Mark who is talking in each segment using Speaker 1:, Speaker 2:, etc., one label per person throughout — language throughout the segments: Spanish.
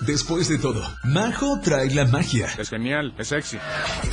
Speaker 1: Después de todo, Majo trae la magia.
Speaker 2: Es genial, es sexy.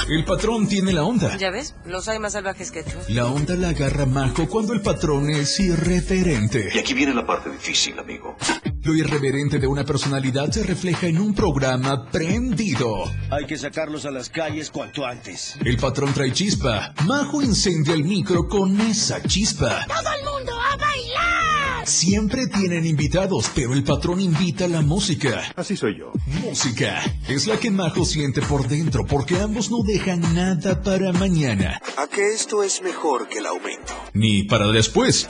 Speaker 1: El patrón tiene la onda.
Speaker 3: Ya ves, los hay más salvajes que tú.
Speaker 1: La onda la agarra Majo cuando el patrón es irreverente.
Speaker 4: Y aquí viene la parte difícil, amigo.
Speaker 1: Lo irreverente de una personalidad se refleja en un programa prendido.
Speaker 5: Hay que sacarlos a las calles cuanto antes.
Speaker 1: El patrón trae chispa. Majo incendia el micro con esa chispa.
Speaker 6: ¡Todo el mundo a bailar!
Speaker 1: Siempre tienen invitados, pero el patrón invita la música.
Speaker 7: Así soy yo.
Speaker 1: Música es la que Majo siente por dentro porque ambos no dejan nada para mañana.
Speaker 4: A que esto es mejor que el aumento.
Speaker 1: Ni para después.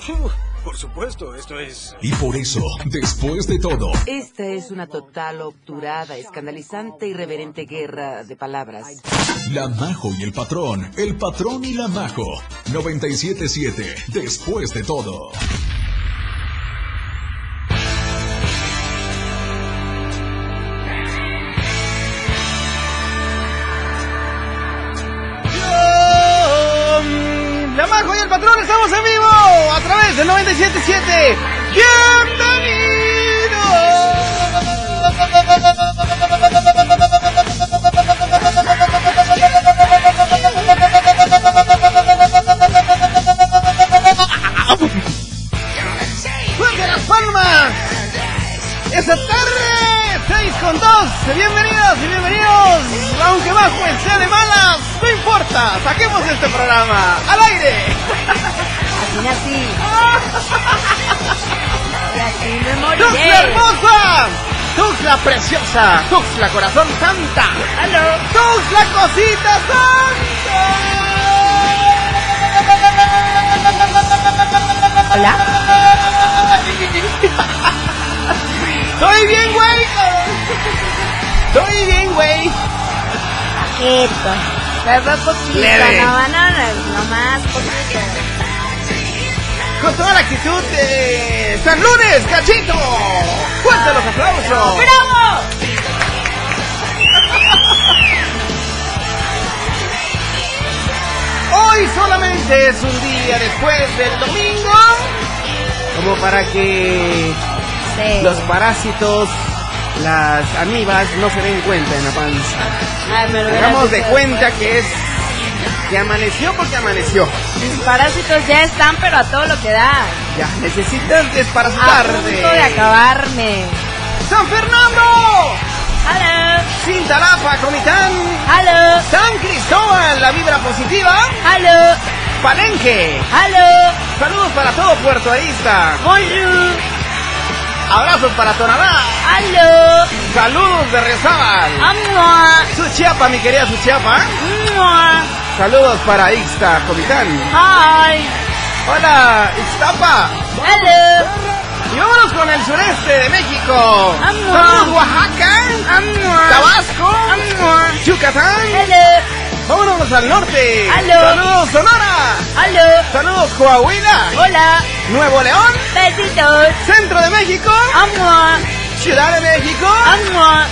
Speaker 5: Por supuesto, esto es...
Speaker 1: Y por eso, después de todo,
Speaker 3: Esta es una total, obturada, escandalizante, irreverente guerra de palabras.
Speaker 1: la Majo y el patrón, el patrón y la Majo. 977, después de todo.
Speaker 8: La Majo y el Patrón estamos en vivo a través del 97.7. ¡Bienvenidos! ¡Fuerte las palmas! Esta tarde, 6 con 2. Bienvenidas y bienvenidos. Aunque bajo el sea de malas, no importa. Saquemos este programa al aire.
Speaker 6: Así nací. Y así me
Speaker 8: ¡Tuxla
Speaker 6: moriré.
Speaker 8: hermosa! ¡Tuxla preciosa! ¡Tuxla corazón santa! ¡Tuxla cosita santa!
Speaker 6: Hola.
Speaker 8: ¡Estoy bien, güey! ¡Estoy bien, güey!
Speaker 6: Quieto. Pero fue poquito,
Speaker 8: Leve.
Speaker 6: no, no, no, no más poquito.
Speaker 8: Con toda la actitud de San Lunes, cachito. ¡Fuerte los aplausos!
Speaker 6: ¡Bravo!
Speaker 8: Hoy solamente es un día después del domingo. Como para que
Speaker 6: Sí.
Speaker 8: los parásitos, las amibas, no se den cuenta en la panza.
Speaker 6: Ay, me lo hubieras
Speaker 8: Hagamos de
Speaker 6: dicho
Speaker 8: cuenta
Speaker 6: después.
Speaker 8: que es. que amaneció porque amaneció.
Speaker 6: Mis parásitos ya están, pero a todo lo que da.
Speaker 8: Ya, necesitas
Speaker 6: A punto de
Speaker 8: desparasitarte.
Speaker 6: acabarme.
Speaker 8: ¡San Fernando!
Speaker 6: ¡Halo!
Speaker 8: Cintalapa, Comitán.
Speaker 6: ¡Halo!
Speaker 8: San Cristóbal, la vibra positiva.
Speaker 6: ¡Halo!
Speaker 8: Palenque.
Speaker 6: ¡Halo!
Speaker 8: Saludos para todo Puerto Arista.
Speaker 6: ¡Bonjour!
Speaker 8: Abrazos para Tonalá.
Speaker 6: ¡Halo!
Speaker 8: Saludos de Rezábal.
Speaker 6: ¡Amua!
Speaker 8: Suchiapa, mi querida Suchiapa.
Speaker 6: ¡Mua!
Speaker 8: Saludos para Ixta, Comitán.
Speaker 6: ¡Hi!
Speaker 8: Hola, Ixtapa.
Speaker 6: ¡Halo!
Speaker 8: Y vámonos con el sureste de México.
Speaker 6: Amor.
Speaker 8: Saludos, Oaxaca.
Speaker 6: Amor.
Speaker 8: Tabasco. Yucatán.
Speaker 6: ¡Halo!
Speaker 8: Vámonos al norte.
Speaker 6: Aló.
Speaker 8: Saludos, Sonora.
Speaker 6: ¡Halo!
Speaker 8: Saludos, Coahuila.
Speaker 6: ¡Hola!
Speaker 8: Nuevo León.
Speaker 6: ¡Besitos!
Speaker 8: Centro de México.
Speaker 6: ¡Amua!
Speaker 8: Ciudad de México.
Speaker 6: ¡Amua!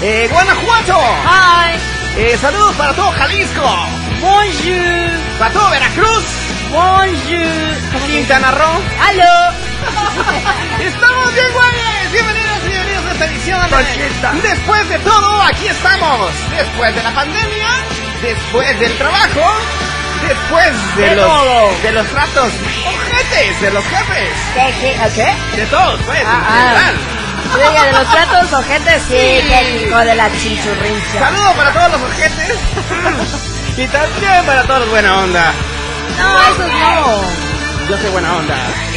Speaker 8: Eh, Guanajuato.
Speaker 6: ¡Hi!
Speaker 8: Eh, saludos para todo Jalisco.
Speaker 6: ¡Bonjour!
Speaker 8: Para todo Veracruz.
Speaker 6: ¡Bonjour!
Speaker 8: Quintana Roo.
Speaker 6: ¡Halo!
Speaker 8: Estamos bien, güeyes. Bienvenidos y bienvenidos a esta edición. Después de todo, aquí estamos. Después de la pandemia, después del trabajo, después de,
Speaker 6: De
Speaker 8: los
Speaker 6: todo.
Speaker 8: de los tratos ojetes de los jefes,
Speaker 6: ¿Qué? ¿Qué? ¿O qué?
Speaker 8: de todos, pues,
Speaker 6: Ah,
Speaker 8: en general.
Speaker 6: ah. Oiga, de los platos ojetes, sí, qué hijo de la chinchurrincha.
Speaker 8: Saludos para todos los ojetes y también para todos los buena onda.
Speaker 6: No, esos no.
Speaker 8: Yo soy buena onda.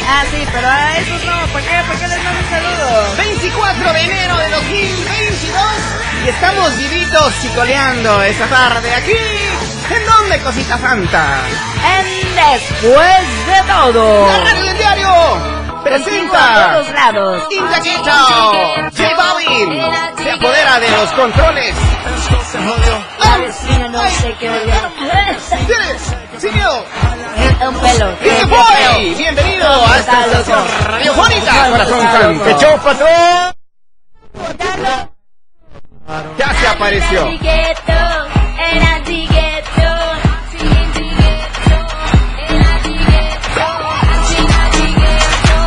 Speaker 6: Ah, sí, pero a esos no. ¿Por qué? ¿Por qué les mando un saludo?
Speaker 8: 24 de enero de 2022 y estamos vivitos y coleando esta tarde aquí. ¿En dónde, cosita santa?
Speaker 6: En Después de Todo.
Speaker 8: La radio del diario
Speaker 6: Contigo a
Speaker 8: presenta
Speaker 6: todos lados.
Speaker 8: Intachito. J Balvin se apodera de los controles.
Speaker 6: La vecina no sé qué odia.
Speaker 8: Tienes sin miedo.
Speaker 6: Un pelo.
Speaker 8: Y se fue. Bienvenido a esta estación radiofónica. Corazón Santo. ¡Qué show, patrón! Ya se apareció.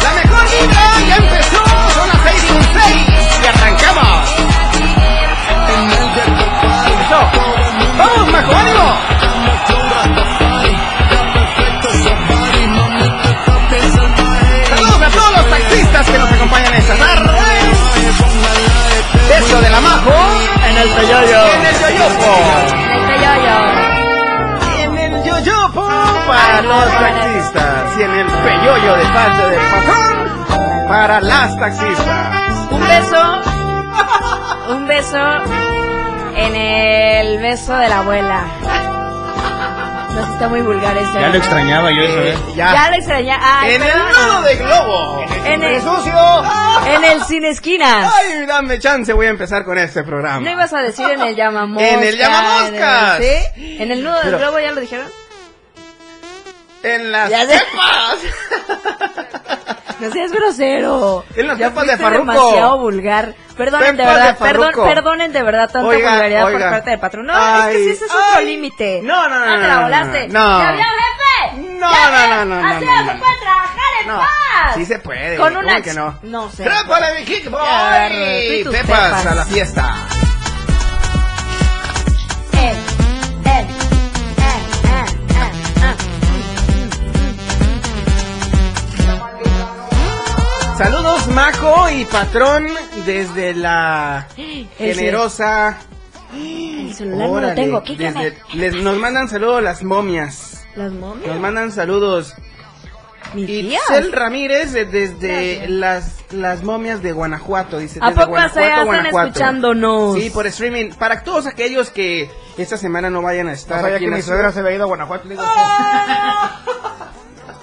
Speaker 8: La mejor vibra ya empezó. Son las seis con seis. taxistas y en el peyoyo de parte del patrón para las taxistas.
Speaker 6: Un beso. Un beso en el beso de la abuela. No sé, está muy vulgar este.
Speaker 2: Ya lo extrañaba yo eso, ¿eh?
Speaker 8: Eh,
Speaker 6: Ya
Speaker 8: ya.
Speaker 6: lo extraña. Ay,
Speaker 8: En el
Speaker 6: perdón.
Speaker 8: nudo de globo.
Speaker 6: En el-
Speaker 8: ¡Me sucio!
Speaker 6: En el sin esquinas.
Speaker 8: Ay, dame chance, voy a empezar con este programa.
Speaker 6: No ibas a decir en el llamamoscas.
Speaker 8: En el llamamoscas.
Speaker 6: en el- ¿Sí? En el nudo del
Speaker 8: Pero-
Speaker 6: globo ya lo dijeron.
Speaker 8: En las
Speaker 6: Ya sé.
Speaker 8: cepas.
Speaker 6: No seas grosero.
Speaker 8: En las
Speaker 6: Ya
Speaker 8: cepas de
Speaker 6: fuiste
Speaker 8: Farruko.
Speaker 6: demasiado vulgar. Perdonen de
Speaker 8: Cepas de
Speaker 6: verdad, perdón,
Speaker 8: Farruko.
Speaker 6: perdonen de verdad tanta
Speaker 8: Oiga,
Speaker 6: vulgaridad por
Speaker 8: oiga.
Speaker 6: parte del patrón. No,
Speaker 8: Ay,
Speaker 6: es que sí, ese es otro
Speaker 8: ay.
Speaker 6: límite.
Speaker 8: No, no, no,
Speaker 6: No te la
Speaker 8: no,
Speaker 6: volaste.
Speaker 8: no.
Speaker 6: ¿Ya vio, jefe?
Speaker 8: No,
Speaker 6: ¿Ya
Speaker 8: no,
Speaker 6: vio?
Speaker 8: no, no, no,
Speaker 6: Así
Speaker 8: no,
Speaker 6: no
Speaker 8: no,
Speaker 6: se
Speaker 8: no.
Speaker 6: puede trabajar en
Speaker 8: No,
Speaker 6: paz.
Speaker 8: sí se puede.
Speaker 6: Con una
Speaker 8: ¿Cómo que no?
Speaker 6: No sé.
Speaker 8: ¡Trépale, mi kickboy!
Speaker 6: Ya, tú y tus
Speaker 8: Pepas
Speaker 6: pepas.
Speaker 8: a la fiesta.
Speaker 6: Eh, eh, eh, eh, eh, eh.
Speaker 8: Saludos, Majo y patrón, desde la
Speaker 6: El
Speaker 8: generosa.
Speaker 6: eh, El celular no
Speaker 8: Órale,
Speaker 6: lo tengo. Quítame.
Speaker 8: desde- les- Nos mandan saludos las momias.
Speaker 6: Las
Speaker 8: Nos
Speaker 6: momias.
Speaker 8: mandan saludos.
Speaker 6: Mi tía.
Speaker 8: Itzel Ramírez eh, desde las, las momias de Guanajuato, dice.
Speaker 6: ¿A
Speaker 8: desde
Speaker 6: poco se
Speaker 8: Guanajuato,
Speaker 6: están
Speaker 8: Guanajuato.
Speaker 6: escuchándonos?
Speaker 8: Sí, por streaming. Para todos aquellos que esta semana no vayan a estar
Speaker 2: sabía
Speaker 8: aquí
Speaker 2: que
Speaker 8: en la
Speaker 2: mi suegra
Speaker 8: ciudad.
Speaker 2: se había ido a Guanajuato. le digo,
Speaker 6: ¡Ah!
Speaker 2: "Oh".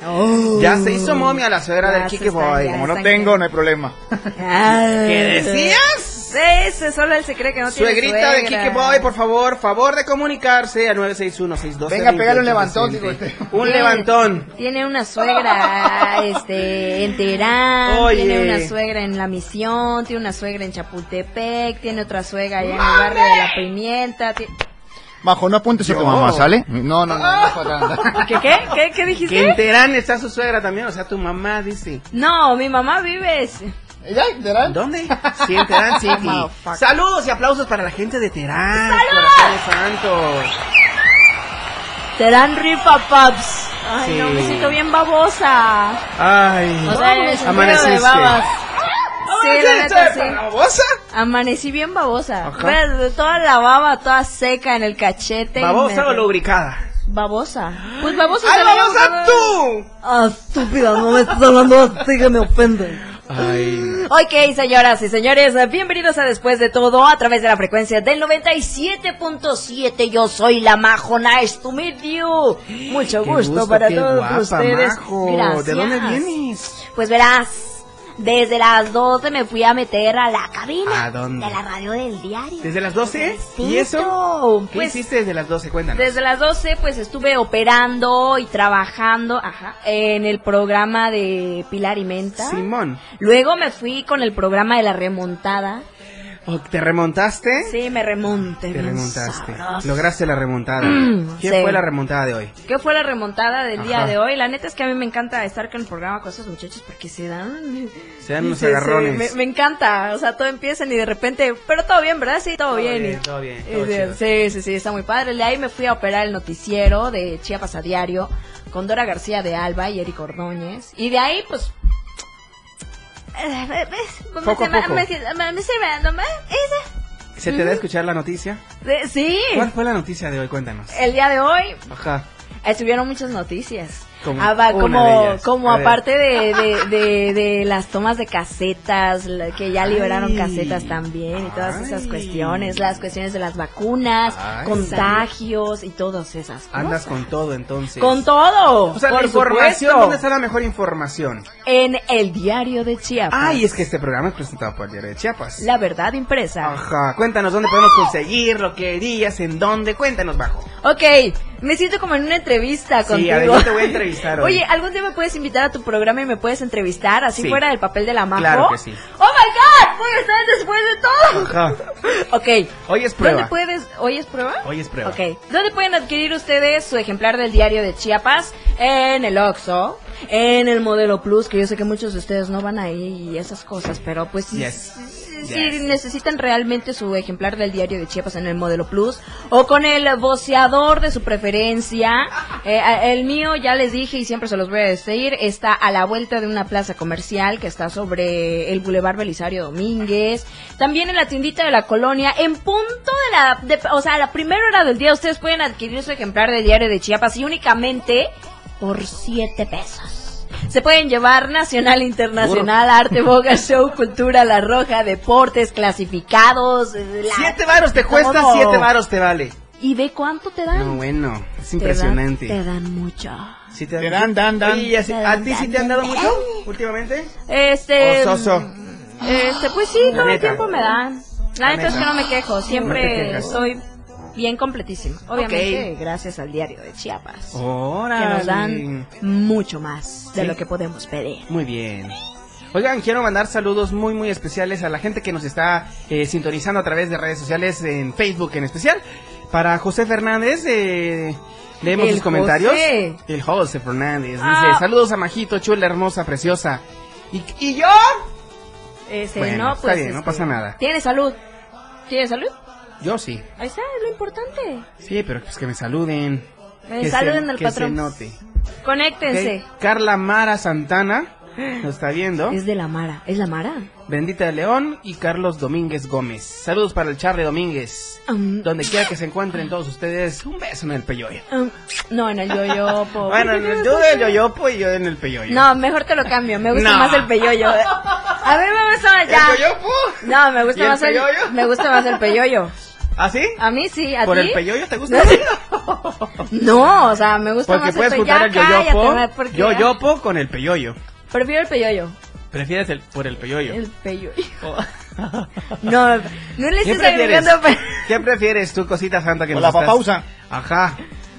Speaker 8: Ya se hizo momia la suegra
Speaker 6: Ya
Speaker 8: del
Speaker 6: se
Speaker 8: Kiki
Speaker 6: está-
Speaker 8: Boy.
Speaker 6: ya
Speaker 8: Como
Speaker 2: Como
Speaker 8: no-
Speaker 2: no tengo, no hay problema.
Speaker 8: ¿Qué decías?
Speaker 6: Ese, solo él se cree que no tiene
Speaker 8: Suegrita de
Speaker 6: suegra.
Speaker 8: Kike Boy, por favor, favor de comunicarse a 961-612.
Speaker 2: Venga, pégale un levantón, digo este.
Speaker 8: Un
Speaker 6: Tiene-
Speaker 8: levantón.
Speaker 6: Tiene una suegra este, en Terán,
Speaker 8: Oye.
Speaker 6: tiene una suegra en La Misión, tiene una suegra en Chapultepec, tiene otra suegra allá en el barrio de La Pimienta. ti-
Speaker 2: Majo, no apuntes a tu
Speaker 8: Yo.
Speaker 2: mamá, ¿sale? No, no, no, no, es para nada.
Speaker 6: ¿Qué, qué? ¿Qué, qué dijiste?
Speaker 8: Que en Terán está su suegra también, o sea, tu mamá dice.
Speaker 6: No, mi mamá vive... es-
Speaker 2: ¿Ya? ¿Verán?
Speaker 8: ¿Dónde? Sí, en Terán City.
Speaker 6: Motherfucker.
Speaker 8: Saludos y aplausos para la gente de Terán. ¡Saludos! santos.
Speaker 6: Terán rifa paps. Ay,
Speaker 8: Sí.
Speaker 6: no, me siento bien babosa.
Speaker 8: Ay,
Speaker 6: O sea, me siento de
Speaker 8: amaneciste.
Speaker 6: babas. Sí, la neta, sí.
Speaker 8: ¿Babosa?
Speaker 6: Amanecí bien babosa.
Speaker 8: Ajá.
Speaker 6: Bueno, de toda la baba, toda seca en el cachete. y
Speaker 8: ¿Babosa
Speaker 6: me-
Speaker 8: o lubricada?
Speaker 6: Babosa. Pues babosa
Speaker 8: ¡Ay,
Speaker 6: se le había
Speaker 8: babosa
Speaker 6: buscado-
Speaker 8: tú!
Speaker 6: Ah, estúpida, no me estás hablando así que me ofende.
Speaker 8: Ay.
Speaker 6: Ok, señoras y señores, bienvenidos a Después de Todo a través de la frecuencia del 97.7. Yo soy la Majo Nice to meet you. Mucho
Speaker 8: Qué
Speaker 6: gusto, para
Speaker 8: qué
Speaker 6: todos
Speaker 8: guapa,
Speaker 6: ustedes.
Speaker 8: Majo.
Speaker 6: Gracias.
Speaker 8: ¿De dónde vienes?
Speaker 6: Pues verás, desde las 12 me fui a meter a la cabina
Speaker 8: ¿A dónde?
Speaker 6: de la radio del diario.
Speaker 8: ¿Desde las 12? ¿Y
Speaker 6: Sí,
Speaker 8: eso?
Speaker 6: no,
Speaker 8: ¿Qué
Speaker 6: Pues
Speaker 8: hiciste desde las 12? Cuéntanos.
Speaker 6: desde las 12 pues estuve operando y trabajando ajá, en el programa de Pilar y Menta.
Speaker 8: Simón,
Speaker 6: Luego me fui con el programa de la remontada.
Speaker 8: ¿o ¿te remontaste?
Speaker 6: Sí, me remonté.
Speaker 8: ¿Eh? Te
Speaker 6: bien
Speaker 8: remontaste.
Speaker 6: sabroso.
Speaker 8: Lograste la remontada.
Speaker 6: Mm,
Speaker 8: ¿Quién
Speaker 6: sí.
Speaker 8: fue la remontada de hoy?
Speaker 6: ¿Qué fue la remontada del día
Speaker 8: Ajá.
Speaker 6: de hoy? La neta es que a mí me encanta estar con el programa con esos muchachos porque se dan...
Speaker 8: Se dan unos
Speaker 6: se- se-
Speaker 8: agarrones.
Speaker 6: me, me encanta, o sea, todo empiezan y de repente... Pero todo bien, ¿verdad? Sí, todo,
Speaker 8: Todo
Speaker 6: bien.
Speaker 8: bien,
Speaker 6: y-
Speaker 8: todo bien,
Speaker 6: y
Speaker 8: todo
Speaker 6: de-
Speaker 8: chido.
Speaker 6: sí, sí, sí, está muy padre. De ahí me fui a operar el noticiero de Chiapas a Diario con Dora García de Alba y Eric Ordóñez. Y de ahí, pues... eh,
Speaker 8: Poco a
Speaker 6: me,
Speaker 8: poco.
Speaker 6: me- me- me- me- me-
Speaker 8: ¿Se te da a escuchar la noticia?
Speaker 6: De- sí. Eh,
Speaker 8: ¿Cuál fue la noticia de hoy? Cuéntanos.
Speaker 6: El día de hoy
Speaker 8: Ajá.
Speaker 6: estuvieron Eh, muchas noticias.
Speaker 8: Como
Speaker 6: Ah, va,
Speaker 8: una
Speaker 6: como,
Speaker 8: de ellas.
Speaker 6: como
Speaker 8: A ver.
Speaker 6: aparte de, de, de- de las tomas de casetas, la- que ya liberaron
Speaker 8: Ay.
Speaker 6: casetas también y todas esas
Speaker 8: Ay.
Speaker 6: cuestiones, las cuestiones de las vacunas,
Speaker 8: Ay.
Speaker 6: contagios y todas esas cosas.
Speaker 8: Andas con todo entonces.
Speaker 6: Con todo.
Speaker 8: O sea, la
Speaker 6: por
Speaker 8: información,
Speaker 6: supuesto.
Speaker 8: ¿dónde está la mejor información?
Speaker 6: En el diario de Chiapas.
Speaker 8: Ay, es que este programa es presentado por el Diario de Chiapas.
Speaker 6: La verdad impresa.
Speaker 8: Ajá, cuéntanos dónde podemos conseguirlo, qué días, en dónde, cuéntanos bajo.
Speaker 6: Ok, me siento como en una entrevista
Speaker 8: Sí,
Speaker 6: contigo.
Speaker 8: a ver, yo te voy a entrevistar hoy.
Speaker 6: Oye, algún día me puedes invitar a tu programa y me puedes entrevistar así
Speaker 8: Sí.
Speaker 6: fuera del papel de la majo.
Speaker 8: Claro que sí.
Speaker 6: Oh my god, voy a estar en después de todo.
Speaker 8: Ajá.
Speaker 6: Ok.
Speaker 8: Hoy es prueba.
Speaker 6: ¿Dónde puedes? ¿Hoy es prueba?
Speaker 8: Hoy es prueba.
Speaker 6: Ok. ¿Dónde pueden adquirir ustedes su ejemplar del diario de Chiapas? En el Oxxo, en el Modelo Plus, que yo sé que muchos de ustedes no van ahí y esas cosas, pero pues sí.
Speaker 8: Yes.
Speaker 6: sí,
Speaker 8: Yes.
Speaker 6: sí, necesitan realmente su ejemplar del diario de Chiapas en el Modelo Plus o con el voceador de su preferencia. Eh, a- el mío, ya les dije y siempre se los voy a decir, está a la vuelta de una plaza comercial que está sobre el Boulevard Belisario Domínguez. También en la tiendita de la colonia, en punto de la, de- o sea, a la primera hora del día ustedes pueden adquirir su ejemplar del diario de Chiapas y únicamente por 7 pesos. Se pueden llevar nacional, internacional, arte, boga, show, cultura, la roja, deportes, clasificados. eh, la-
Speaker 8: Siete varos te cuesta,
Speaker 6: todo.
Speaker 8: siete varos te vale.
Speaker 6: ¿Y ve cuánto te dan?
Speaker 8: No, bueno,
Speaker 6: Te
Speaker 8: es
Speaker 6: dan-
Speaker 8: impresionante.
Speaker 6: Te dan, mucho.
Speaker 8: Sí
Speaker 2: Te dan, dan, dan.
Speaker 8: Oye, ¿y así-
Speaker 6: Te
Speaker 8: ¿a,
Speaker 6: dan,
Speaker 8: ti sí
Speaker 6: dan,
Speaker 8: te han dado
Speaker 6: dan.
Speaker 8: mucho últimamente?
Speaker 6: Este.
Speaker 8: O soso.
Speaker 6: Este, pues sí,
Speaker 8: La
Speaker 6: todo el
Speaker 8: neta.
Speaker 6: tiempo me dan. La neta es que no me quejo,
Speaker 8: No te
Speaker 6: siempre
Speaker 8: quejas.
Speaker 6: estoy bien completísima. Obviamente, gracias al diario de Chiapas. que
Speaker 8: Ahora.
Speaker 6: nos dan mucho más de
Speaker 8: Sí.
Speaker 6: lo que podemos pedir.
Speaker 8: Muy bien. Oigan, quiero mandar saludos muy muy especiales a la gente que nos está eh, sintonizando a través de redes sociales, en Facebook en especial. Para José Fernández, eh, leemos
Speaker 6: El
Speaker 8: sus comentarios.
Speaker 6: José.
Speaker 8: El José Fernández dice,
Speaker 6: Ah.
Speaker 8: saludos a Majito, chula, hermosa, preciosa. ¿Y, y yo?
Speaker 6: Este,
Speaker 8: Bueno,
Speaker 6: no,
Speaker 8: está
Speaker 6: pues,
Speaker 8: bien, no
Speaker 6: este,
Speaker 8: pasa nada.
Speaker 6: Tiene salud. ¿Tiene salud?
Speaker 8: Yo sí.
Speaker 6: Ahí está, es lo importante.
Speaker 8: Sí, pero pues que me saluden.
Speaker 6: Me
Speaker 8: Que se-
Speaker 6: saluden al
Speaker 8: que
Speaker 6: patrón.
Speaker 8: se note.
Speaker 6: Conéctense.
Speaker 8: Ok, Carla Mara Santana nos está viendo.
Speaker 6: Es de la Mara. ¿Es la Mara?
Speaker 8: Bendita de León y Carlos Domínguez Gómez. Saludos para el Charlie Domínguez.
Speaker 6: Um,
Speaker 8: Donde quiera que se encuentren todos ustedes, un beso en el peyoyo.
Speaker 6: um, no, en el yoyopo.
Speaker 8: Bueno, en el- yo del yoyopo y yo en el peyoyo.
Speaker 6: Oh. No, mejor te lo cambio. Me gusta
Speaker 8: No.
Speaker 6: más el peyoyo. A mí me gusta más
Speaker 8: ¿El
Speaker 6: ya.
Speaker 8: yoyopo?
Speaker 6: No, me gusta
Speaker 8: ¿Y el
Speaker 6: más el,
Speaker 8: peyoyo?
Speaker 6: me gusta más el peyoyo.
Speaker 8: ¿Ah, sí?
Speaker 6: A mí sí, a
Speaker 8: ¿Por
Speaker 6: ti. Pues
Speaker 8: el peyoyo te gusta?
Speaker 6: No, o sea, me gusta
Speaker 8: Porque
Speaker 6: más el
Speaker 8: puedes
Speaker 6: peyoyo.
Speaker 8: juntar el
Speaker 6: Ya cállate,
Speaker 8: yoyopo,
Speaker 6: porque-
Speaker 8: yoyopo con el peyoyo.
Speaker 6: Prefiero el peyoyo.
Speaker 8: Prefieres el, por el peyoyo. Oh.
Speaker 6: El peyoyo. No, no le
Speaker 8: ¿Qué
Speaker 6: estés
Speaker 8: prefieres?
Speaker 6: agregando pe-
Speaker 8: ¿Qué prefieres tú, cosita santa que
Speaker 2: O
Speaker 8: nos
Speaker 2: la
Speaker 8: estás-
Speaker 2: papausa.
Speaker 8: Ajá.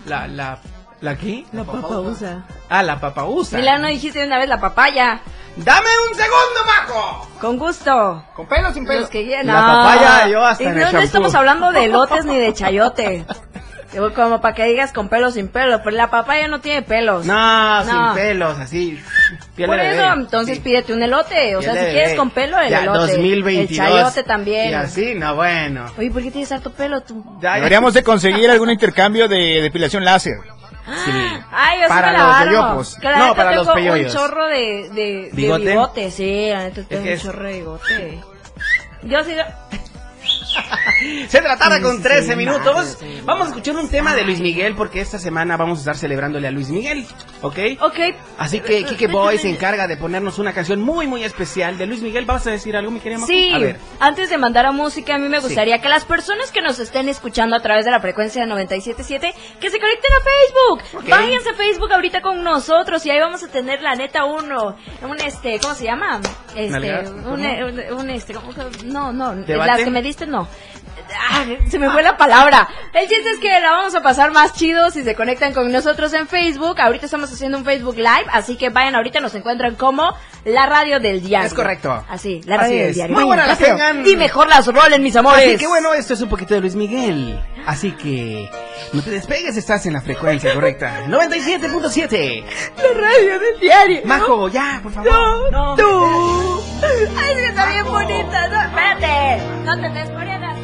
Speaker 8: La, la, ¿la qué?
Speaker 6: La papausa.
Speaker 8: Ah, la papausa.
Speaker 6: Milano no dijiste una vez la papaya.
Speaker 8: ¡Dame un segundo, majo!
Speaker 6: Con gusto.
Speaker 2: Con pelo o sin pelo.
Speaker 6: Los que quieran.
Speaker 8: La
Speaker 6: No.
Speaker 8: papaya, yo hasta
Speaker 6: Y
Speaker 8: en el
Speaker 6: no, no
Speaker 8: shampoo.
Speaker 6: estamos hablando de elotes ni de chayote. Digo, Como para que digas con pelo o sin pelo. Pero la papaya no tiene pelos. No.
Speaker 8: No, sin pelos, así. Piel
Speaker 6: Por
Speaker 8: de bebé.
Speaker 6: eso, entonces
Speaker 8: Sí.
Speaker 6: pídete un elote. O
Speaker 8: Piel
Speaker 6: sea,
Speaker 8: de
Speaker 6: si
Speaker 8: bebé.
Speaker 6: quieres con pelo, el
Speaker 8: Ya,
Speaker 6: elote.
Speaker 8: 2022.
Speaker 6: El chayote también.
Speaker 8: Y así, no, bueno.
Speaker 6: Oye, ¿por qué tienes harto pelo tú?
Speaker 8: Ya, ya.
Speaker 2: Deberíamos de conseguir algún intercambio de depilación láser.
Speaker 8: Sí.
Speaker 6: Ay, yo
Speaker 8: Para
Speaker 6: sí me
Speaker 8: los
Speaker 6: la armo.
Speaker 8: yoyopos.
Speaker 6: Que la neta
Speaker 8: No, para los
Speaker 6: tengo
Speaker 8: peyoyos.
Speaker 6: un chorro de, de, de
Speaker 8: ¿Bigote?
Speaker 6: bigote, sí, la neta tengo
Speaker 8: que
Speaker 6: un
Speaker 8: es-
Speaker 6: chorro de bigote. Yo sí...
Speaker 8: Se trataba con 13 minutos.
Speaker 6: madre.
Speaker 8: Vamos a escuchar un tema de Luis Miguel porque esta semana vamos a estar celebrándole a Luis Miguel, ¿ok?
Speaker 6: Ok,
Speaker 8: Así que Kike Boy se encarga de ponernos una canción muy, muy especial de Luis Miguel. ¿Vas a decir algo, mi querida Majo?
Speaker 6: Sí,
Speaker 8: A ver.
Speaker 6: antes de mandar a música, a mí me gustaría que las personas que nos estén escuchando a través de la frecuencia de 97.7, que se conecten a Facebook.
Speaker 8: Ok.
Speaker 6: Váyanse a Facebook ahorita con nosotros y ahí vamos a tener la neta uno, un este, ¿cómo se llama? Este,
Speaker 8: ¿Nalgadas?
Speaker 6: un,
Speaker 8: ¿Cómo?
Speaker 6: un- un este, ¿cómo que- no, no,
Speaker 8: ¿Debate?
Speaker 6: las que me diste no. Ah, se me fue la palabra. El chiste es que la vamos a pasar más chido si se conectan con nosotros en Facebook. Ahorita estamos haciendo un Facebook Live, así que vayan ahorita, nos encuentran como la radio del diario.
Speaker 8: Es correcto.
Speaker 6: Así, la
Speaker 8: Así
Speaker 6: radio del
Speaker 8: es.
Speaker 6: diario.
Speaker 8: Muy
Speaker 6: Vayan,
Speaker 8: buena la
Speaker 6: rápido.
Speaker 8: tengan.
Speaker 6: Y mejor las rolen, mis amores.
Speaker 8: Así que bueno, esto es un poquito de Luis Miguel. Así que no te despegues, estás en la frecuencia correcta. 97.7.
Speaker 6: La radio del diario.
Speaker 8: Majo, ya, por favor.
Speaker 6: No, tú. Ay, es que está bien bonita. No, espérate. No te desmorien así.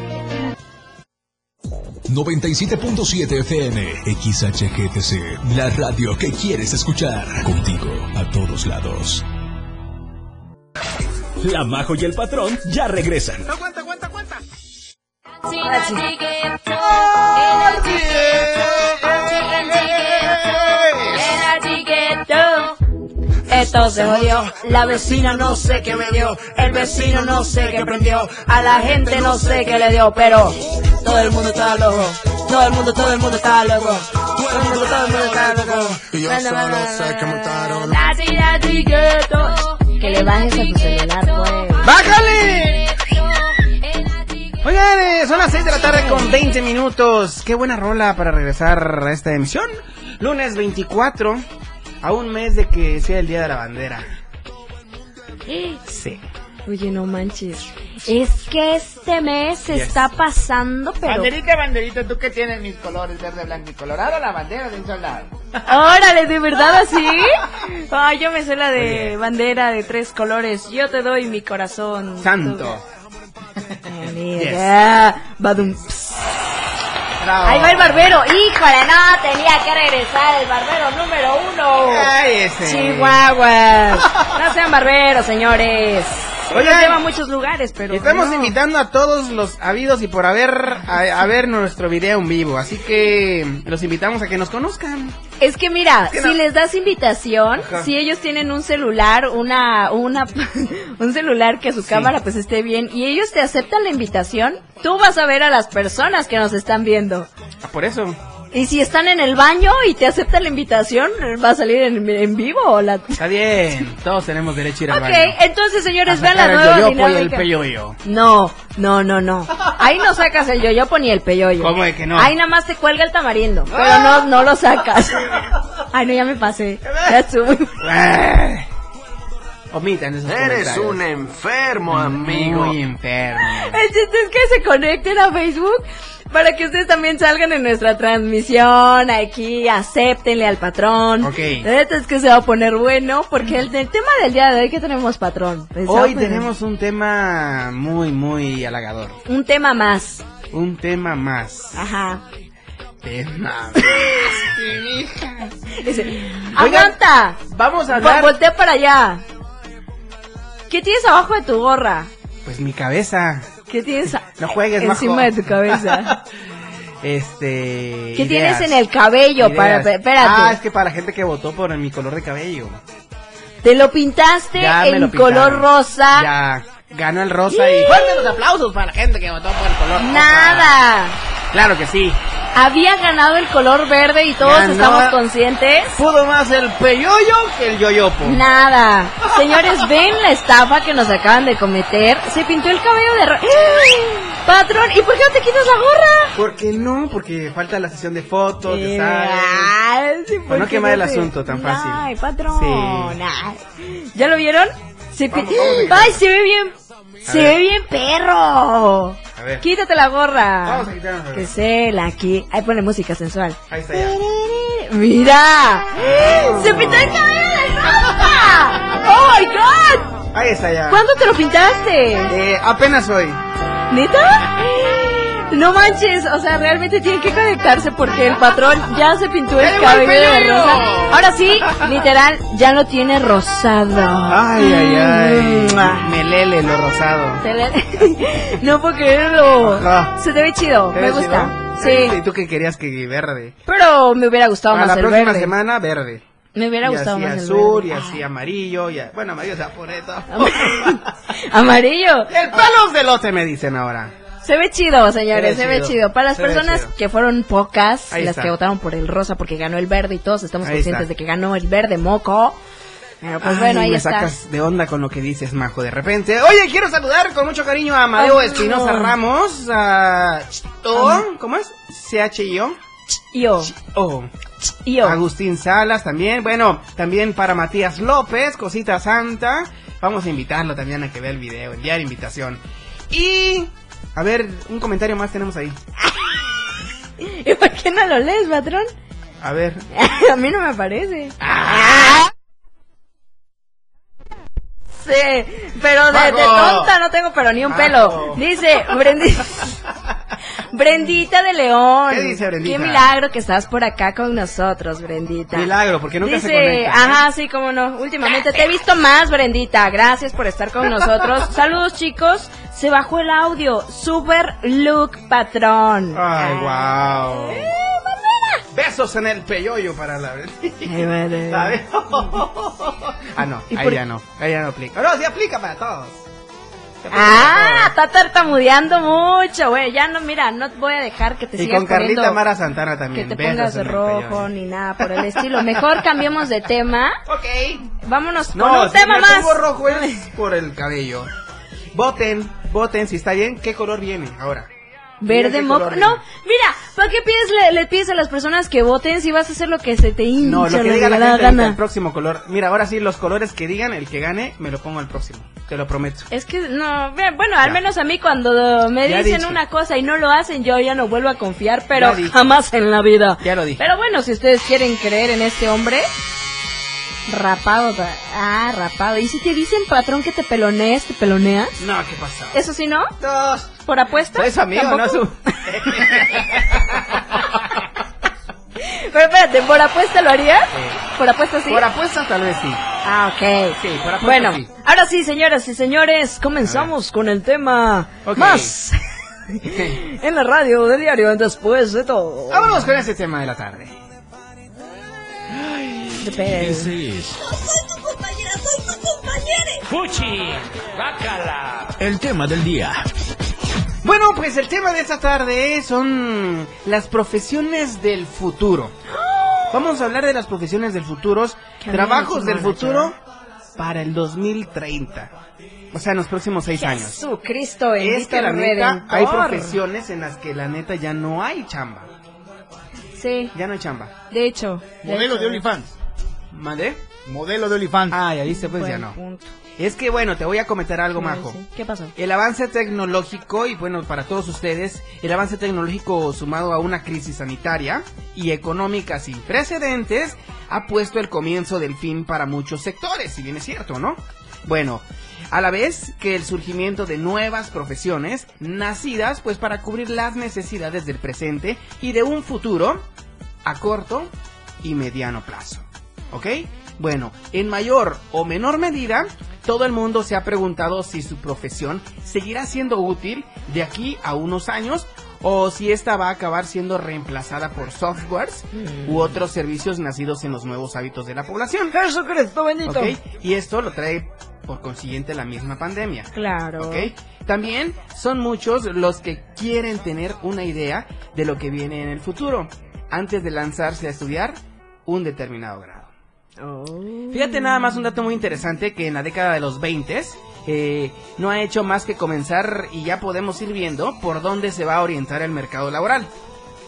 Speaker 1: 97.7 FM, XHGTC, la radio que quieres escuchar. Contigo, a todos lados. La Majo y el Patrón ya regresan.
Speaker 6: Ahora sí. Esto se jodió, la vecina no sé qué me dio, el vecino no sé qué prendió, a la gente no sé qué le dio, pero todo el mundo está loco, todo el mundo, todo el mundo está loco, todo el mundo, todo el mundo está loco. Y yo solo sé que montaron. Que le bajes a tu celular, pues.
Speaker 8: ¡Bájale! Oigan, eh, son las 6 de la tarde con 20 minutos. Qué buena rola para regresar a esta emisión. Lunes 24, a un mes de que sea el Día de la Bandera. Sí.
Speaker 6: Oye, no manches. Es que este mes se
Speaker 8: Yes.
Speaker 6: está pasando, pero.
Speaker 2: Banderita, banderita, tú que tienes mis colores verde, blanco y colorado, la bandera de un soldado.
Speaker 6: Órale, ¿de verdad así? Ay, yo me sé la de bandera de tres colores. Yo te doy mi corazón. Eh,
Speaker 8: Santo.
Speaker 6: Amiga. Badum.
Speaker 8: Bravo.
Speaker 6: Ahí va el barbero. Híjole, no, tenía que regresar el barbero número uno.
Speaker 8: Ay, ese.
Speaker 6: Chihuahua. No sean barberos, señores. Nos lleva a
Speaker 8: Oigan,
Speaker 6: muchos lugares, pero.
Speaker 8: estamos
Speaker 6: no.
Speaker 8: invitando a todos los habidos y por haber a, a ver nuestro video en vivo. Así que los invitamos a que nos conozcan.
Speaker 6: Es que mira,
Speaker 8: que
Speaker 6: si
Speaker 8: no.
Speaker 6: les das invitación,
Speaker 8: Ajá.
Speaker 6: si ellos tienen un celular, una, una, un celular que su cámara pues esté bien y ellos te aceptan la invitación, tú vas a ver a las personas que nos están viendo.
Speaker 8: Ah, Por eso.
Speaker 6: Y si están en el baño y te aceptan la invitación, va a salir en, en vivo o la...
Speaker 8: Está bien. Todos tenemos derecho a ir
Speaker 6: Ok,
Speaker 8: al baño.
Speaker 6: entonces señores,
Speaker 8: A
Speaker 6: vean la
Speaker 8: sacar el
Speaker 6: nueva
Speaker 8: yoyopo y el
Speaker 6: dinámica.
Speaker 8: peyoyo.
Speaker 6: No, no, no, no. Ahí no sacas el yoyopo ni el peyoyo.
Speaker 8: ¿Cómo de que no? Ah.
Speaker 6: Ahí nada más te cuelga el tamarindo, pero no, no lo sacas. Ay, no, ya me pasé. Ya estuve.
Speaker 8: Ah. Omitan esos
Speaker 5: Eres
Speaker 8: comentarios.
Speaker 5: un enfermo, amigo.
Speaker 8: Muy enfermo.
Speaker 6: El chiste es que se conecten a Facebook para que ustedes también salgan en nuestra transmisión aquí, acéptenle al patrón.
Speaker 8: Ok.
Speaker 6: La neta es que se va a poner bueno porque el, el tema del día de hoy que tenemos patrón. Pues, se va a
Speaker 8: Hoy
Speaker 6: poner-
Speaker 8: tenemos un tema muy, muy halagador.
Speaker 6: un tema más.
Speaker 8: Un tema más.
Speaker 6: Ajá.
Speaker 8: Tema más.
Speaker 6: Dice,
Speaker 8: Oigan,
Speaker 6: Aguanta.
Speaker 8: Vamos a
Speaker 6: Vo-
Speaker 8: hablar.
Speaker 6: Voltea para allá. ¿Qué tienes abajo de tu gorra?
Speaker 8: Pues mi cabeza.
Speaker 6: ¿Qué tienes a-
Speaker 8: No juegues, majo.
Speaker 6: encima de tu cabeza?
Speaker 8: Este.
Speaker 6: ¿Qué
Speaker 8: ideas,
Speaker 6: tienes en el cabello?
Speaker 8: ideas.
Speaker 6: Para, espérate.
Speaker 8: Ah, es que para la gente que votó por mi color de cabello.
Speaker 6: Te lo pintaste
Speaker 8: Ya me
Speaker 6: Este en
Speaker 8: lo
Speaker 6: color
Speaker 8: pintaron.
Speaker 6: rosa.
Speaker 8: Ya. Ganó el rosa y.
Speaker 6: Sí.
Speaker 8: ¡Fuerte los aplausos para la gente que votó por el color rosa!
Speaker 6: Nada.
Speaker 8: Claro que sí.
Speaker 6: Había ganado el color verde y todos
Speaker 8: Ganó.
Speaker 6: estamos conscientes.
Speaker 8: Pudo más el peyoyo que el yoyopo.
Speaker 6: Nada. Señores, ven la estafa que nos acaban de cometer. Se pintó el cabello de... ro- ¡Ah! Patrón, ¿y por qué no te quitas la gorra?
Speaker 8: ¿Por qué no? Porque falta la sesión de fotos, de
Speaker 6: Eh,
Speaker 8: sal.
Speaker 6: ay, sí, ¿por
Speaker 8: Pues no
Speaker 6: qué
Speaker 8: quemar el
Speaker 6: te-
Speaker 8: asunto tan fácil.
Speaker 6: Ay, patrón.
Speaker 8: Sí.
Speaker 6: ay. ¿Ya lo vieron? Se pi-
Speaker 8: Vamos, vamos,
Speaker 6: Ay, se ve bien. Se
Speaker 8: ver.
Speaker 6: ve bien perro.
Speaker 8: A ver.
Speaker 6: Quítate la gorra.
Speaker 8: Vamos a quitarnos la gorra.
Speaker 6: Ah, Que se la aquí. Ahí pone música sensual.
Speaker 8: Ahí está ya.
Speaker 6: Mira. Se pintó el cabello de rosa. Oh my god.
Speaker 8: Ahí está ya.
Speaker 6: ¿Cuándo te lo pintaste?
Speaker 8: Eh, apenas hoy.
Speaker 6: ¿Neta? ¡Eh! No manches, o sea, realmente tienen que conectarse porque el patrón ya se pintó el cabello de rosa. Ahora sí, literal, ya lo tiene rosado.
Speaker 8: Ay, ay, ay.
Speaker 6: Mua.
Speaker 8: Melele, lo rosado.
Speaker 6: Se le- no puedo creerlo.
Speaker 8: Ajá.
Speaker 6: Se te ve chido,
Speaker 8: ¿Te
Speaker 6: me
Speaker 8: ves,
Speaker 6: gusta.
Speaker 8: no? ¿Y
Speaker 6: Sí,
Speaker 8: tú qué querías que verde?
Speaker 6: pero me hubiera gustado
Speaker 8: Para
Speaker 6: más
Speaker 8: la
Speaker 6: el
Speaker 8: próxima
Speaker 6: verde.
Speaker 8: semana, verde.
Speaker 6: Me hubiera
Speaker 8: Y
Speaker 6: gustado
Speaker 8: así
Speaker 6: más el
Speaker 8: azul,
Speaker 6: verde.
Speaker 8: y así amarillo, y a- bueno, amarillo se va a poner todo.
Speaker 6: Pues Amarillo.
Speaker 8: El palos de lote me dicen ahora.
Speaker 6: Se ve chido, señores,
Speaker 8: Se
Speaker 6: se
Speaker 8: ve
Speaker 6: ve
Speaker 8: chido.
Speaker 6: chido. Para las
Speaker 8: Se ve
Speaker 6: personas
Speaker 8: chido.
Speaker 6: que fueron pocas,
Speaker 8: Ahí
Speaker 6: las
Speaker 8: está.
Speaker 6: que votaron por el rosa porque ganó el verde y todos estamos
Speaker 8: Ahí
Speaker 6: conscientes
Speaker 8: está.
Speaker 6: de que ganó el verde moco. Pero pues
Speaker 8: Ay,
Speaker 6: bueno, ahí
Speaker 8: me
Speaker 6: está.
Speaker 8: sacas de onda con lo que dices, Majo, de repente. Oye, quiero saludar con mucho cariño a Amadeo
Speaker 6: Ay,
Speaker 8: Espinosa
Speaker 6: no.
Speaker 8: Ramos, a Chito, ¿cómo es? C-H-I-O.
Speaker 6: Yo,
Speaker 8: Oh.
Speaker 6: yo.
Speaker 8: Agustín Salas también. Bueno, también para Matías López, Cosita Santa. Vamos a invitarlo también a que vea el video, enviar invitación. Y, a ver, un comentario más tenemos ahí.
Speaker 6: ¿Y por qué no lo lees, patrón?
Speaker 8: A ver.
Speaker 6: A mí no me aparece.
Speaker 8: Ah.
Speaker 6: Sí, pero de, de
Speaker 8: Mago.
Speaker 6: tonta no tengo pero ni un
Speaker 8: Mago.
Speaker 6: pelo. Dice Brendita. Brendita de León.
Speaker 8: ¿Qué dice Brendita?
Speaker 6: Qué milagro que estás por acá con nosotros, Brendita.
Speaker 8: Milagro, porque nunca se
Speaker 6: Dice,
Speaker 8: conecta. ¿eh?
Speaker 6: Ajá, sí, cómo no. Últimamente te he visto más, Brendita. Gracias por estar con nosotros. Saludos, chicos. Se bajó el audio. Super look, patrón.
Speaker 8: Ay,
Speaker 6: Ah.
Speaker 8: wow. Besos en el peyoyo para la
Speaker 6: Ay, madre.
Speaker 8: ¿Sabes? ah, no,
Speaker 6: ¿Y
Speaker 8: ahí
Speaker 6: por-
Speaker 8: ya no. Ahí ya no aplica. No, sí aplica para todos. Se aplica
Speaker 6: Ah,
Speaker 8: para todos.
Speaker 6: está tartamudeando mucho, güey. Ya no, mira, no voy a dejar que te
Speaker 8: Y
Speaker 6: sigas
Speaker 8: con Carlita
Speaker 6: poniendo-
Speaker 8: Mara Santana
Speaker 6: que
Speaker 8: también.
Speaker 6: te
Speaker 8: Besos
Speaker 6: pongas de
Speaker 8: en el
Speaker 6: rojo
Speaker 8: peyoyo.
Speaker 6: ni nada por el estilo. Mejor cambiemos de tema.
Speaker 8: Ok.
Speaker 6: Vámonos
Speaker 8: No,
Speaker 6: con un
Speaker 8: si
Speaker 6: tema
Speaker 8: me
Speaker 6: más.
Speaker 8: pongo rojo es por el cabello. Voten, voten si está bien, ¿qué color viene ahora? Miren
Speaker 6: Verde
Speaker 8: qué
Speaker 6: moco.
Speaker 8: color
Speaker 6: No,
Speaker 8: viene.
Speaker 6: mira, ¿para qué pides, le, le pides a las personas que voten si vas a hacer lo que se te hincha
Speaker 8: No, lo que
Speaker 6: la
Speaker 8: diga la
Speaker 6: regalada
Speaker 8: gente
Speaker 6: gana?
Speaker 8: el próximo color. Mira, ahora sí, los colores que digan, el que gane, me lo pongo al próximo. Te lo prometo.
Speaker 6: Es que, no, ve- bueno, al
Speaker 8: Ya.
Speaker 6: menos a mí cuando me
Speaker 8: Ya
Speaker 6: dicen
Speaker 8: dije.
Speaker 6: una cosa y no lo hacen, yo ya no vuelvo a confiar, pero
Speaker 8: Ya dije.
Speaker 6: jamás en la vida.
Speaker 8: Ya lo dije.
Speaker 6: Pero bueno, si ustedes quieren creer en este hombre, rapado, pa- ah, rapado. Y si te dicen, patrón, que te pelonees, te peloneas.
Speaker 8: No, ¿qué pasó?
Speaker 6: Eso sí, ¿no?
Speaker 8: Dos.
Speaker 6: ¿Por apuesta?
Speaker 8: Soy su Pues, amigo,
Speaker 6: ¿Tampoco?
Speaker 8: no su...
Speaker 6: Pero espérate, ¿por apuesta lo harías? ¿Por apuesta sí?
Speaker 8: Por apuestas tal vez sí.
Speaker 6: Ah, ok.
Speaker 8: Sí, por apuesto
Speaker 6: bueno,
Speaker 8: sí.
Speaker 6: ahora sí, señoras y señores, comenzamos con el tema
Speaker 8: Ok.
Speaker 6: más en la radio del diario después de todo.
Speaker 8: Vámonos con ese tema de la tarde.
Speaker 6: Depende.
Speaker 1: El tema del día.
Speaker 8: Bueno, pues el tema de esta tarde son las profesiones del futuro. Vamos a hablar de las profesiones del futuro,
Speaker 6: Que
Speaker 8: trabajos
Speaker 6: no
Speaker 8: del
Speaker 6: es una
Speaker 8: futuro para el 2030. O sea, en los próximos seis años.
Speaker 6: Jesucristo bendito
Speaker 8: Es que la neta, hay
Speaker 6: Redentor.
Speaker 8: profesiones en las que la neta ya no hay chamba.
Speaker 6: Sí,
Speaker 8: Ya no hay chamba.
Speaker 6: de hecho. de
Speaker 2: Modelo
Speaker 6: hecho,
Speaker 2: de OnlyFans.
Speaker 8: ¿Mande?
Speaker 2: Modelo de OnlyFans.
Speaker 8: Ah, ya viste, pues
Speaker 6: buen
Speaker 8: ya no.
Speaker 6: punto.
Speaker 8: Es que bueno, te voy a comentar algo, Majo.
Speaker 6: Sí. ¿Qué pasó?
Speaker 8: El avance tecnológico, y bueno, para todos ustedes, el avance tecnológico sumado a una crisis sanitaria y económica sin precedentes ha puesto el comienzo del fin para muchos sectores, si bien es cierto, ¿no? Bueno, a la vez que el surgimiento de nuevas profesiones, nacidas pues para cubrir las necesidades del presente y de un futuro a corto y mediano plazo. ¿Ok? Bueno, en mayor o menor medida, todo el mundo se ha preguntado si su profesión seguirá siendo útil de aquí a unos años o si esta va a acabar siendo reemplazada por softwares u otros servicios nacidos en los nuevos hábitos de la población.
Speaker 6: Jesucristo bendito.
Speaker 8: ¿Ok? Y esto lo trae por consiguiente la misma pandemia.
Speaker 6: Claro.
Speaker 8: ¿ok? También son muchos los que quieren tener una idea de lo que viene en el futuro antes de lanzarse a estudiar un determinado grado. Fíjate nada más un dato muy interesante que en la década de los 20 no ha hecho más que comenzar y ya podemos ir viendo por dónde se va a orientar el mercado laboral,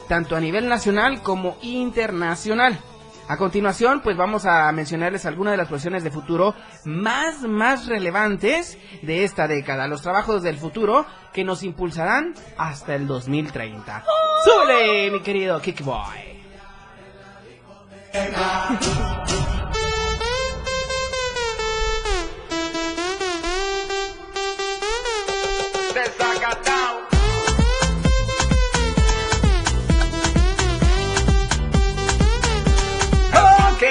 Speaker 8: tanto a nivel nacional como internacional. A continuación, pues vamos a mencionarles algunas de las profesiones de futuro más, más relevantes de esta década, los trabajos del futuro que nos impulsarán hasta el 2030. ¡Súbele, mi querido Kickboy! Ok,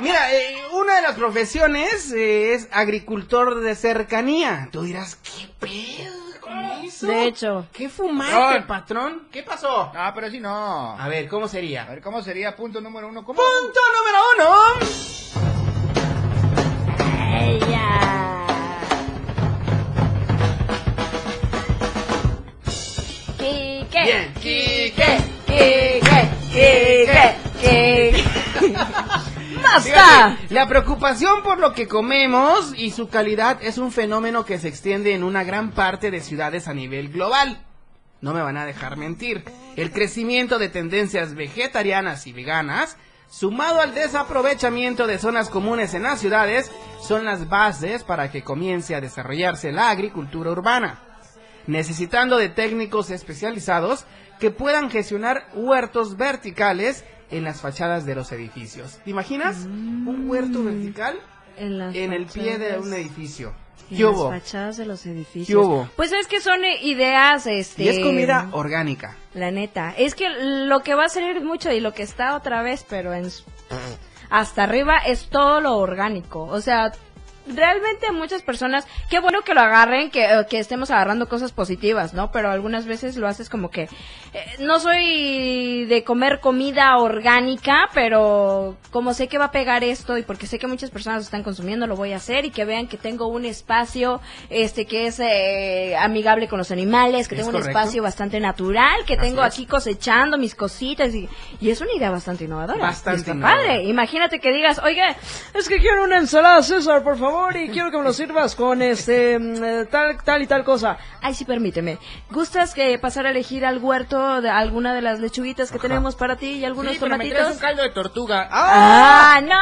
Speaker 8: mira, eh, una de las profesiones eh, es agricultor de cercanía. Tú dirás, ¿qué pedo con eso?
Speaker 6: Ah, De hecho.
Speaker 8: ¿Qué fumaste,
Speaker 2: Ay.
Speaker 8: patrón? ¿Qué pasó?
Speaker 2: Ah, pero sí no.
Speaker 8: A ver, ¿cómo sería?
Speaker 2: A ver, ¿cómo sería punto número uno? ¿Cómo?
Speaker 8: Punto número uno.
Speaker 6: Quique,
Speaker 8: Bien.
Speaker 6: Quique, Quique, Quique, Quique. ¡Basta!
Speaker 8: Fíjate, La preocupación por lo que comemos y su calidad es un fenómeno que se extiende en una gran parte de ciudades a nivel global. No me van a dejar mentir. El crecimiento de tendencias vegetarianas y veganas, sumado al desaprovechamiento de zonas comunes en las ciudades, son las bases para que comience a desarrollarse la agricultura urbana necesitando de técnicos especializados que puedan gestionar huertos verticales en las fachadas de los edificios. ¿Te imaginas? Un huerto vertical
Speaker 6: En, las
Speaker 8: en el pie de
Speaker 6: fachadas-
Speaker 8: un edificio.
Speaker 6: en
Speaker 8: ¿Qué hubo?
Speaker 6: las fachadas de los edificios.
Speaker 8: ¿Qué hubo?
Speaker 6: Pues es que son eh, ideas, este...
Speaker 8: Y es comida orgánica.
Speaker 6: La neta. Es que lo que va a salir mucho y lo que está otra vez, pero en... s- Hasta arriba es todo lo orgánico. O sea, realmente muchas personas... Qué bueno que lo agarren, que, eh, que estemos agarrando cosas positivas, ¿no? Pero algunas veces lo haces como que... eh, no soy de comer comida orgánica, pero como sé que va a pegar esto y porque sé que muchas personas lo están consumiendo, lo voy a hacer y que vean que tengo un espacio este que es eh, amigable con los animales, que
Speaker 8: Es
Speaker 6: tengo un
Speaker 8: correcto.
Speaker 6: espacio bastante natural, que
Speaker 8: Así
Speaker 6: tengo
Speaker 8: es.
Speaker 6: aquí cosechando mis cositas y, y es una idea bastante innovadora.
Speaker 8: Bastante
Speaker 6: Está
Speaker 8: innovadora.
Speaker 6: padre. Imagínate que digas, oiga, es que quiero una ensalada César, por favor, y quiero que me lo sirvas con este mm, eh, tal, tal y tal cosa. Ay, sí, permíteme. ¿Gustas que pasar a elegir al huerto de alguna de las lechuguitas que tenemos para ti y algunos
Speaker 2: Sí, pero me traes
Speaker 6: tomatitos?
Speaker 2: un caldo de tortuga.
Speaker 6: ¡Ah! ¡No,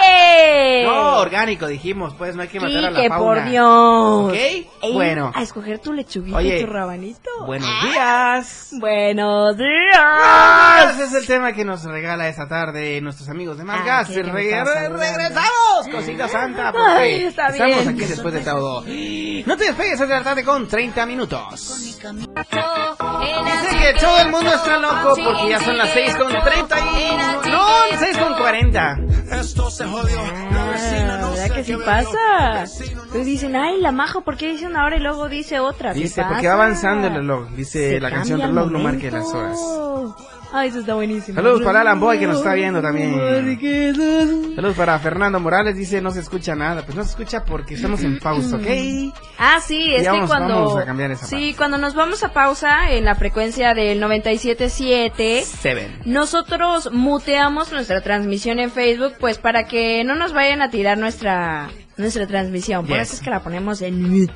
Speaker 6: Kike!
Speaker 8: No, orgánico, dijimos, pues no hay que matar a la
Speaker 6: Quique,
Speaker 8: fauna.
Speaker 6: por Dios.
Speaker 8: ¿Ok?
Speaker 6: E ir
Speaker 8: Bueno.
Speaker 6: A escoger tu lechuguita y
Speaker 8: Oye.
Speaker 6: tu rabanito.
Speaker 8: Buenos días.
Speaker 6: Buenos días.
Speaker 8: Ese es el tema que nos regala esta tarde nuestros amigos de
Speaker 6: Ah,
Speaker 8: Margas.
Speaker 6: ok, que me
Speaker 8: Re-
Speaker 6: estabas
Speaker 8: re-
Speaker 6: saludando.
Speaker 8: ¡Regresamos! Cosita Santa, porque
Speaker 6: Ay, está
Speaker 8: estamos
Speaker 6: bien.
Speaker 8: aquí después de todo. No te despegues es la tarde con 30 minutos. Dice que todo el mundo está loco porque ya son las 6 con 30 y... No, 6 con 40.
Speaker 9: Esto se jodió. La vecina
Speaker 6: Ah,
Speaker 9: no
Speaker 6: ¿Verdad
Speaker 9: sé
Speaker 6: que sí
Speaker 9: qué bebió.
Speaker 6: pasa?
Speaker 9: Vecino no
Speaker 6: Entonces dicen, ay, la majo, ¿por qué dice una hora y luego dice otra? ¿Qué
Speaker 8: Dice, porque
Speaker 6: pasa?
Speaker 8: va avanzando el reloj. Dice
Speaker 6: Se
Speaker 8: la canción
Speaker 6: cambia el
Speaker 8: Reloj no marque
Speaker 6: momento.
Speaker 8: las horas.
Speaker 6: Ay, eso está buenísimo.
Speaker 8: Saludos para Alan Boy que nos está viendo también.
Speaker 6: también.
Speaker 8: Saludos para Fernando Morales, dice no se escucha nada. Pues no se escucha porque estamos en pausa, ¿ok?
Speaker 6: Ah, sí, es
Speaker 8: Ya
Speaker 6: que
Speaker 8: vamos-
Speaker 6: cuando
Speaker 8: vamos a cambiar esa
Speaker 6: Sí, cuando nos vamos a pausa en la frecuencia del 977
Speaker 8: Seven.
Speaker 6: Nosotros muteamos nuestra transmisión en Facebook, pues para que no nos vayan a tirar nuestra nuestra transmisión. Por
Speaker 8: Yes.
Speaker 6: eso es que la ponemos en mute.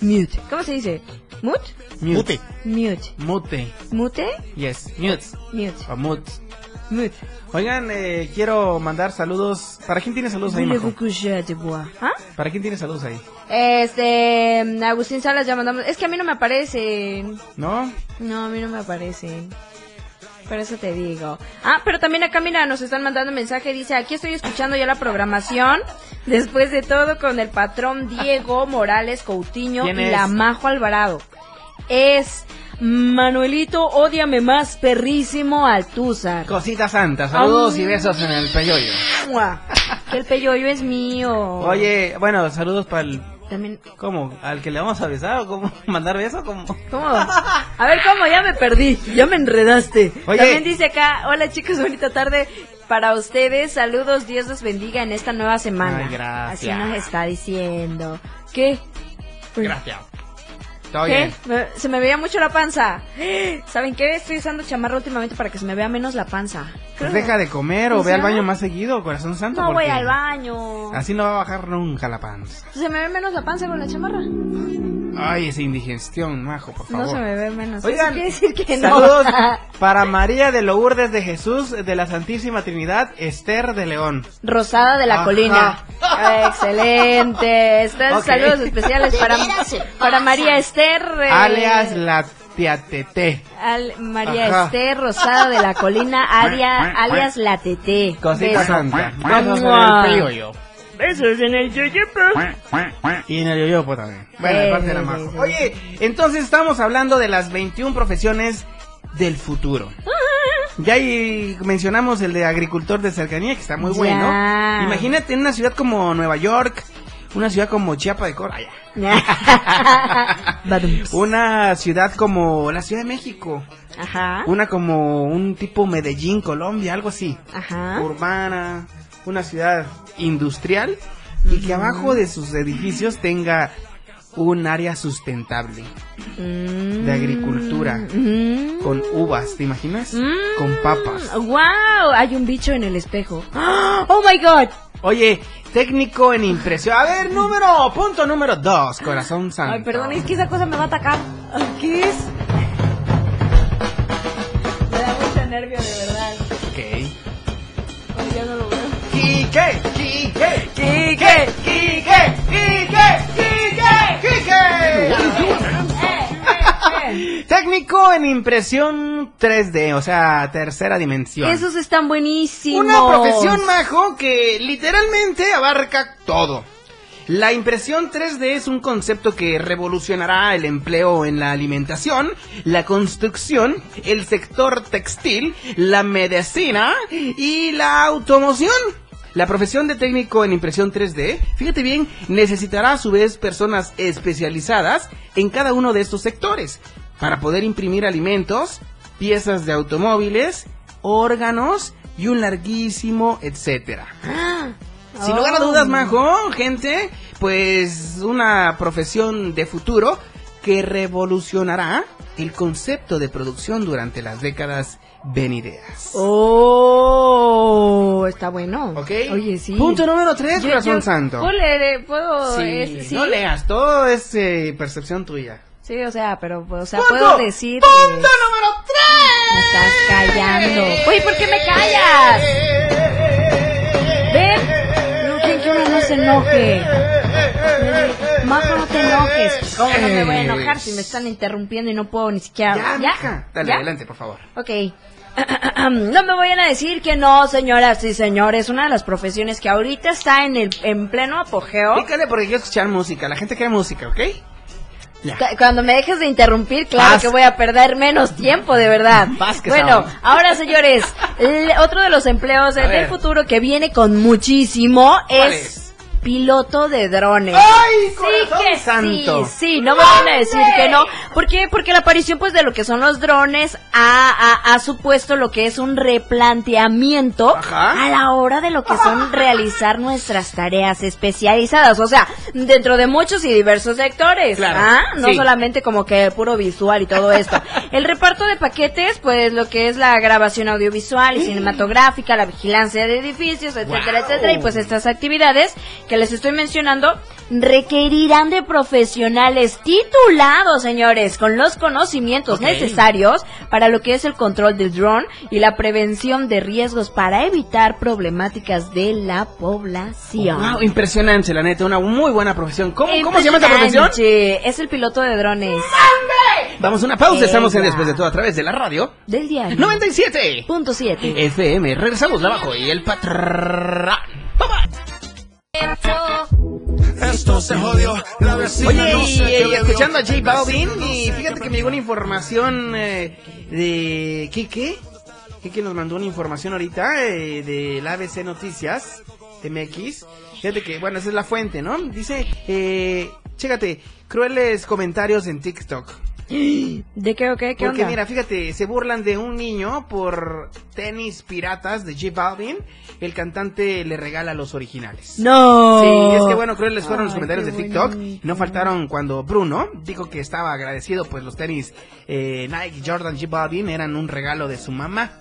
Speaker 6: Mute. ¿Cómo se dice? ¿Mute?
Speaker 8: Mute.
Speaker 6: Mute.
Speaker 8: Mute. Oh,
Speaker 6: ¿Mute?
Speaker 8: Yes. Mute.
Speaker 6: Mute.
Speaker 8: O mute.
Speaker 6: Mute.
Speaker 8: Oigan, eh, quiero mandar saludos. ¿Para quién tiene saludos ahí, Majo?
Speaker 6: ¿Ah?
Speaker 8: ¿Para quién tiene saludos ahí?
Speaker 6: Este, Agustín Salas ya mandamos. Es que a mí no me aparecen.
Speaker 8: ¿No?
Speaker 6: No, a mí no me aparecen. Por eso te digo. Ah, pero también acá, mira, nos están mandando mensaje. Dice, aquí estoy escuchando ya la programación. Después de todo, con el patrón Diego Morales Coutinho
Speaker 8: ¿Quién
Speaker 6: y
Speaker 8: es?
Speaker 6: la Majo Alvarado. Es Manuelito, odiame más, perrísimo Altúzar.
Speaker 8: Cosita santa, saludos y besos en el peyoyo.
Speaker 6: ¡Mua! Que el peyoyo es mío.
Speaker 8: Oye, bueno, saludos para el...
Speaker 6: También,
Speaker 8: ¿Cómo? ¿Al que le vamos a besar o cómo? ¿Mandar besos? ¿Cómo?
Speaker 6: ¿Cómo? A ver, ¿cómo? Ya me perdí, ya me enredaste.
Speaker 8: Oye.
Speaker 6: También dice acá, hola chicos, bonita tarde para ustedes. Saludos, Dios los bendiga en esta nueva semana.
Speaker 8: Ay, gracias.
Speaker 6: Así nos está diciendo. ¿Qué? Pues,
Speaker 8: Gracias. Todo
Speaker 6: ¿Qué?
Speaker 8: bien.
Speaker 6: Me- Se me veía mucho la panza. ¿Saben qué? Estoy usando chamarra últimamente para que se me vea menos la panza.
Speaker 8: Pues deja de comer o
Speaker 6: Pues
Speaker 8: ve al
Speaker 6: ya.
Speaker 8: baño más seguido, corazón santo.
Speaker 6: No voy
Speaker 8: porque
Speaker 6: al baño.
Speaker 8: Así no va a bajar nunca la panza.
Speaker 6: ¿Se me ve menos la panza con la chamarra?
Speaker 8: Ay, esa indigestión, majo, por favor.
Speaker 6: No se me ve menos.
Speaker 8: Oigan,
Speaker 6: Eso quiere decir que no.
Speaker 8: Saludos para María de Lourdes de Jesús de la Santísima Trinidad, Esther de León.
Speaker 6: Rosada de la
Speaker 8: Ajá.
Speaker 6: Colina. Ah, Excelente. Están
Speaker 8: Ok.
Speaker 6: saludos especiales para, para María Esther. eh,
Speaker 8: Alias la Tiatete.
Speaker 6: al- María
Speaker 8: Ajá.
Speaker 6: Esther Rosada de la Colina, aria- alias la Tete.
Speaker 8: Cosita santa. Besos en
Speaker 6: Mua.
Speaker 8: el peyoyo.
Speaker 6: Besos en el yoyopo.
Speaker 8: Y en el yoyopo también. Bueno, de
Speaker 6: Eh,
Speaker 8: parte de la
Speaker 6: eh,
Speaker 8: majo.
Speaker 6: eh,
Speaker 8: Oye, entonces estamos hablando de las 21 profesiones del futuro. Ya ahí mencionamos el de agricultor de cercanía, que está muy
Speaker 6: Ya.
Speaker 8: bueno. Imagínate en una ciudad como Nueva York, una ciudad como Chiapa de Corra, ya.
Speaker 6: Badum.
Speaker 8: una ciudad como la Ciudad de México,
Speaker 6: Ajá.
Speaker 8: una como un tipo Medellín, Colombia, algo así.
Speaker 6: Ajá.
Speaker 8: urbana, una ciudad industrial y que abajo de sus edificios tenga un área sustentable
Speaker 6: Mm.
Speaker 8: de agricultura con uvas, ¿te imaginas?
Speaker 6: Mm.
Speaker 8: Con papas.
Speaker 6: Wow, hay un bicho en el espejo. Oh my god.
Speaker 8: Oye, técnico en impresión. A ver, número, punto número dos, corazón santo.
Speaker 6: Ay, perdón, es que esa cosa me va a atacar. Ay, ¿Qué es? Me da mucho nervio, de verdad.
Speaker 8: Ok.
Speaker 6: Ay, ya no lo veo.
Speaker 8: Quique, Quique,
Speaker 6: Quique,
Speaker 8: Quique, Quique, Quique, Quique. Técnico en impresión 3D, o sea, tercera dimensión.
Speaker 6: Esos están buenísimos.
Speaker 8: Una profesión, Majo, que literalmente abarca todo. La impresión 3D es un concepto que revolucionará el empleo en la alimentación, la construcción, el sector textil, la medicina y la automoción. La profesión de técnico en impresión 3D, fíjate bien, necesitará a su vez personas especializadas en cada uno de estos sectores para poder imprimir alimentos, piezas de automóviles, órganos y un larguísimo etcétera. Sin lugar
Speaker 6: Oh.
Speaker 8: a dudas, Majo, gente, pues una profesión de futuro que revolucionará el concepto de producción durante las décadas venideras.
Speaker 6: Oh, está bueno.
Speaker 8: ¿Ok?
Speaker 6: Oye, sí.
Speaker 8: Punto número 3,
Speaker 6: Yo-
Speaker 8: corazón
Speaker 6: yo-
Speaker 8: santo.
Speaker 6: ¿Puedo leer? ¿Puedo?
Speaker 8: Sí,
Speaker 6: eh, sí,
Speaker 8: No leas, todo es eh, percepción tuya.
Speaker 6: Sí, o sea, pero, o sea,
Speaker 8: ¡Punto!
Speaker 6: puedo decir. que
Speaker 8: ¡Punto número 3!
Speaker 6: Me estás callando. Oye, ¿por qué me callas? Ven. No, ¿quién quiere no se
Speaker 8: Eh,
Speaker 6: enoje? Majo, no te enojes. ¿Cómo no me voy a enojar
Speaker 8: pues.
Speaker 6: si me están interrumpiendo y no puedo ni siquiera.
Speaker 8: eh. Ya, mija. Dale,
Speaker 6: ¿Ya?
Speaker 8: adelante, por favor.
Speaker 6: Ok. No me vayan a decir que no, señoras y señores. Una de las profesiones que ahorita está en el en pleno apogeo.
Speaker 8: Pícale porque quiero escuchar música. La gente quiere música, ¿ok? Ya.
Speaker 6: Cu- Cuando me dejes de interrumpir, claro
Speaker 8: Vas.
Speaker 6: que voy a perder menos tiempo, de verdad.
Speaker 8: Vas que
Speaker 6: bueno,
Speaker 8: sabes.
Speaker 6: ahora señores, l- otro de los empleos eh,
Speaker 8: A
Speaker 6: del
Speaker 8: ver.
Speaker 6: futuro que viene con muchísimo
Speaker 8: ¿Cuál
Speaker 6: es piloto de drones.
Speaker 8: ¡Ay, corazón
Speaker 6: Sí que
Speaker 8: santo!
Speaker 6: sí, sí, no me van a decir que no. ¿Por qué? Porque la aparición pues de lo que son los drones ha, ha- ha supuesto lo que es un replanteamiento
Speaker 8: Ajá.
Speaker 6: a la hora de lo que son realizar nuestras tareas especializadas, o sea, dentro de muchos y diversos sectores,
Speaker 8: Claro,
Speaker 6: ¿ah? No
Speaker 8: sí.
Speaker 6: solamente como que puro visual y todo esto. El reparto de paquetes, pues lo que es la grabación
Speaker 8: Mm.
Speaker 6: audiovisual y cinematográfica, la vigilancia de edificios, etcétera, etcétera, y pues estas actividades que les estoy mencionando requerirán de profesionales titulados, señores, con los conocimientos necesarios para lo que es el control del dron y la prevención de riesgos para evitar problemáticas de la población.
Speaker 8: Wow, impresionante, la neta, una muy buena profesión. ¿Cómo, cómo se llama esta profesión?
Speaker 6: Impresionante. Es el piloto de drones
Speaker 8: Vamos a una pausa, estamos en
Speaker 6: Ella.
Speaker 8: Después de todo a través de la radio
Speaker 6: del diario.
Speaker 8: 97
Speaker 6: Punto 7.
Speaker 8: FM. Regresamos la abajo y el patrón.
Speaker 9: Esto se jodió. La vecina
Speaker 8: Oye,
Speaker 9: no sé qué
Speaker 8: y, y
Speaker 9: bebió.
Speaker 8: escuchando a J Balvin,
Speaker 9: Vecina no
Speaker 8: y
Speaker 9: sé qué
Speaker 8: fíjate que me
Speaker 9: bebió.
Speaker 8: llegó una información eh, de. ¿Qué, qué? ¿Qué, qué nos mandó una información ahorita eh, del ABC Noticias, TMX? Fíjate que, bueno, esa es la fuente, ¿no? Dice, eh, chécate, crueles comentarios en TikTok.
Speaker 6: ¿De qué o qué? ¿Qué
Speaker 8: Porque
Speaker 6: onda?
Speaker 8: mira, fíjate, se burlan de un niño por tenis piratas de J Balvin. El cantante le regala los originales.
Speaker 6: No.
Speaker 8: Sí, es que bueno, creo que les fueron los
Speaker 6: Ay,
Speaker 8: comentarios de
Speaker 6: qué
Speaker 8: TikTok.
Speaker 6: bonito.
Speaker 8: No faltaron cuando Bruno dijo que estaba agradecido, pues los tenis eh, Nike, Jordan, G. Balvin eran un regalo de su mamá.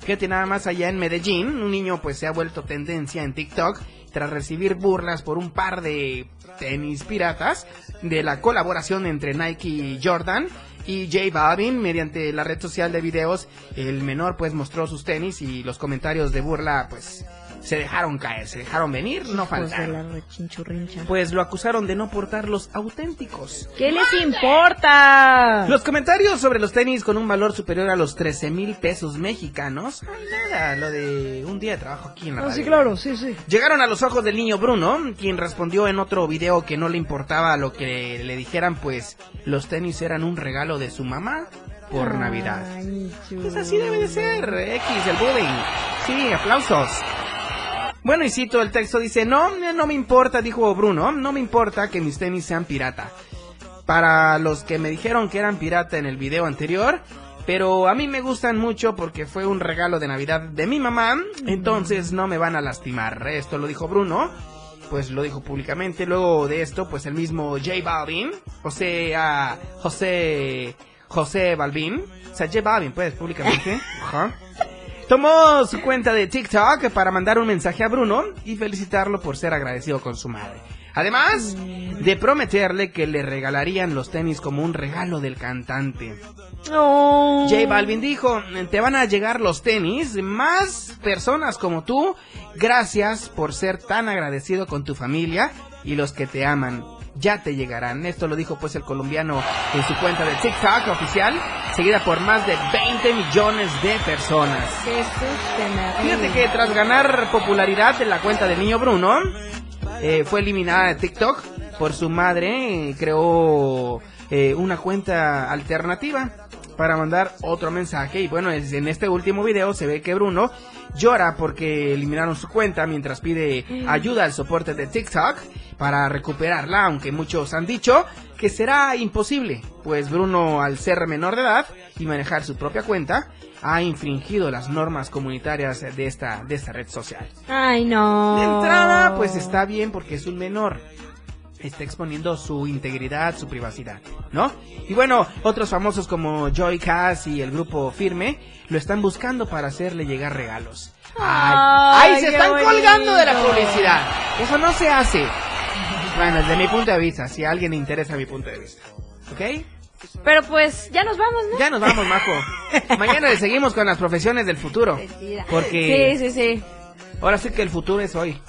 Speaker 8: Fíjate nada más allá en Medellín, un niño pues se ha vuelto tendencia en TikTok tras recibir burlas por un par de tenis piratas de la colaboración entre Nike y Jordan y J Balvin mediante la red social de videos. El menor pues mostró sus tenis y los comentarios de burla pues se dejaron caer, se dejaron venir, no
Speaker 6: Hijos Pues de
Speaker 8: faltaron.
Speaker 6: la rechinchurrincha.
Speaker 8: Pues lo acusaron de no portar los auténticos.
Speaker 6: ¿Qué les importa?
Speaker 8: Los comentarios sobre los tenis con un valor superior a los 13 mil pesos mexicanos. Ay, nada, lo de un día de trabajo aquí en la radio.
Speaker 6: Ah, sí, sí.
Speaker 8: Llegaron a los ojos del niño Bruno, quien respondió en otro video que no le importaba lo que le dijeran, pues los tenis eran un regalo de su mamá por Navidad. Pues así debe de ser, X, el bullying. Sí, aplausos. Bueno, y cito el texto, dice, no, no me importa, dijo Bruno, no me importa que mis tenis sean pirata. Para los que me dijeron que eran pirata en el video anterior, pero a mí me gustan mucho porque fue un regalo de Navidad de mi mamá, entonces no me van a lastimar. Esto lo dijo Bruno, pues lo dijo públicamente. Luego de esto, pues el mismo J Balvin, o sea, José, José Balvin, o sea, J Balvin, pues públicamente. Ajá. Tomó su cuenta de TikTok para mandar un mensaje a Bruno y felicitarlo por ser agradecido con su madre. Además de prometerle que le regalarían los tenis como un regalo del cantante.
Speaker 6: No.
Speaker 8: J Balvin dijo, te van a llegar los tenis, más personas como tú, gracias por ser tan agradecido con tu familia y los que te aman. Ya te llegarán. Esto lo dijo pues el colombiano en su cuenta de TikTok oficial, seguida por más de 20 millones de personas. Fíjate que tras ganar popularidad en la cuenta del niño Bruno, eh, fue eliminada de TikTok por su madre. eh, creó eh, una cuenta alternativa para mandar otro mensaje. Y bueno, es- en este último video se ve que Bruno llora porque eliminaron su cuenta mientras pide ayuda al soporte de TikTok para recuperarla, aunque muchos han dicho que será imposible, pues Bruno al ser menor de edad y manejar su propia cuenta ha infringido las normas comunitarias de esta de esta red social.
Speaker 6: Ay, no.
Speaker 8: De entrada, pues está bien porque es un menor. Está exponiendo su integridad, su privacidad, ¿no? Y bueno, otros famosos como Joy Cass y el grupo Firme lo están buscando para hacerle llegar regalos.
Speaker 6: Ay,
Speaker 8: ¡Ay, se
Speaker 6: qué
Speaker 8: están colgando de la
Speaker 6: bonito.
Speaker 8: publicidad! Eso no se hace. Bueno, desde mi punto de vista, si a alguien le interesa mi punto de vista. ¿Ok?
Speaker 6: Pero pues ya nos vamos, ¿no?
Speaker 8: Ya nos vamos, Majo. Mañana le seguimos con las profesiones del futuro. Porque
Speaker 6: Sí, sí, sí.
Speaker 8: ahora sí que el futuro es hoy.